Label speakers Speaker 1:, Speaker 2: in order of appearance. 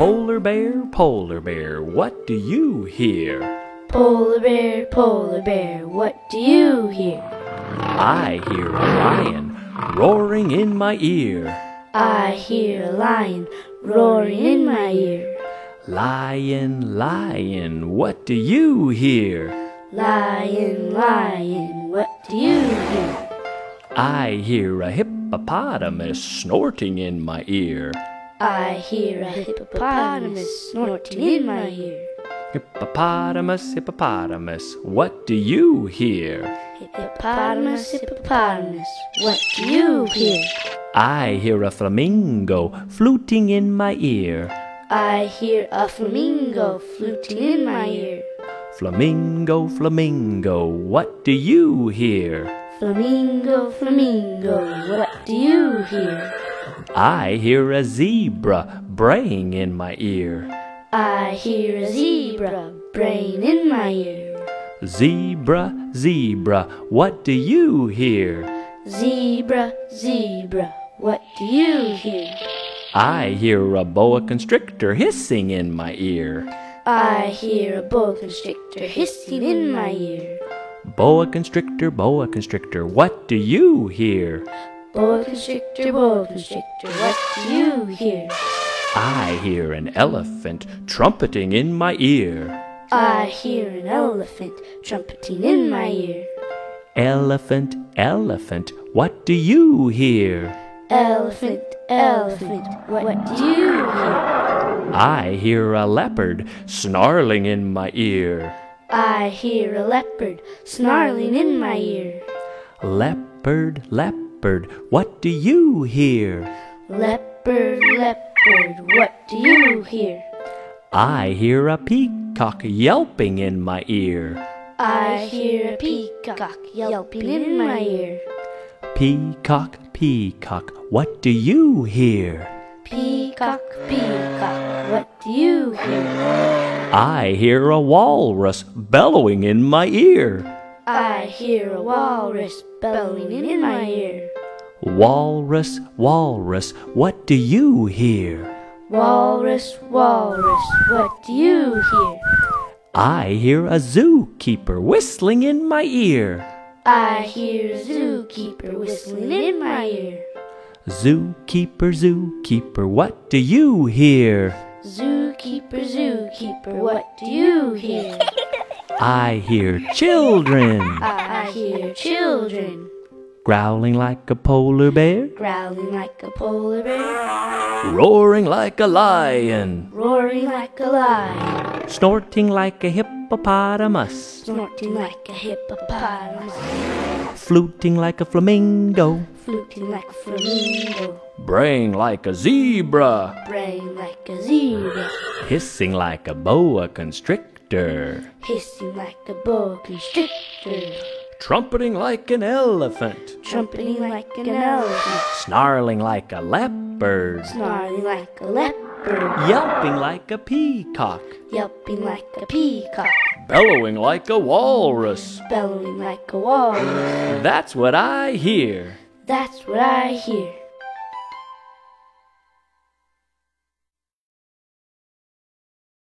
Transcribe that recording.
Speaker 1: Polar bear, polar bear, what do you hear?
Speaker 2: Polar bear, polar bear, what do you hear?
Speaker 1: I hear a lion roaring in my ear.
Speaker 2: I hear a lion roaring in my ear.
Speaker 1: Lion, lion, what do you hear?
Speaker 2: Lion, lion, what do you hear?
Speaker 1: I hear a hippopotamus snorting in my ear.
Speaker 2: I hear a hippopotamus snorting in my ear.
Speaker 1: Hippopotamus, hippopotamus, what do you hear?
Speaker 2: Hippopotamus, hippopotamus, what do you hear?
Speaker 1: I hear a flamingo fluting in my ear.
Speaker 2: I hear a flamingo fluting in my ear.
Speaker 1: Flamingo, flamingo, what do you hear?
Speaker 2: Flamingo, flamingo, what do you hear?
Speaker 1: I hear a zebra braying in my ear.
Speaker 2: I hear a zebra braying in my ear.
Speaker 1: Zebra, zebra, what do you hear?
Speaker 2: Zebra, zebra, what do you hear?
Speaker 1: I hear a boa constrictor hissing in my ear.
Speaker 2: I hear a boa constrictor hissing in my ear.
Speaker 1: Boa constrictor, boa constrictor, what do you hear?
Speaker 2: Boa constrictor, boa constrictor, what do you hear?
Speaker 1: I hear an elephant trumpeting in my ear.
Speaker 2: I hear an elephant trumpeting in my ear.
Speaker 1: Elephant, elephant, what do you hear?
Speaker 2: Elephant, elephant, what do you hear?
Speaker 1: I hear a leopard snarling in my ear.
Speaker 2: I hear a leopard snarling in my ear.
Speaker 1: Leopard, leopard, what do you hear?
Speaker 2: Leopard, leopard, what do you hear?
Speaker 1: I hear a peacock yelping in my ear.
Speaker 2: I hear a peacock yelping in my ear.
Speaker 1: Peacock, peacock, what do you hear?
Speaker 2: Peacock, peacock, what do you hear?
Speaker 1: I hear a walrus bellowing in my ear.
Speaker 2: I hear a walrus bellowing in my ear.
Speaker 1: Walrus, walrus, what do you hear?
Speaker 2: Walrus, walrus, what do you hear?
Speaker 1: I hear a zookeeper whistling in my ear.
Speaker 2: I hear a zookeeper whistling in my ear.
Speaker 1: Zookeeper, zookeeper, what do you hear?
Speaker 2: Zookeeper, zookeeper, what do you hear?
Speaker 1: I hear children
Speaker 2: I hear children
Speaker 1: growling like a polar bear,
Speaker 2: growling like a polar bear,
Speaker 1: roaring like a lion,
Speaker 2: roaring like a lion,
Speaker 1: snorting like a hippopotamus,
Speaker 2: snorting like a hippopotamus,
Speaker 1: fluting like a flamingo,
Speaker 2: fluting like a flamingo,
Speaker 1: braying like a zebra,
Speaker 2: braying like a zebra,
Speaker 1: hissing like a boa constrictor,
Speaker 2: hissing like a boa constrictor,
Speaker 1: trumpeting like an elephant.
Speaker 2: trumpeting like an elephant,
Speaker 1: snarling like a leopard,
Speaker 2: snarling like a leopard,
Speaker 1: yelping like a peacock,
Speaker 2: yelping like a peacock,
Speaker 1: bellowing like a walrus.
Speaker 2: bellowing like a walrus.
Speaker 1: That's what I hear.
Speaker 2: That's what I hear.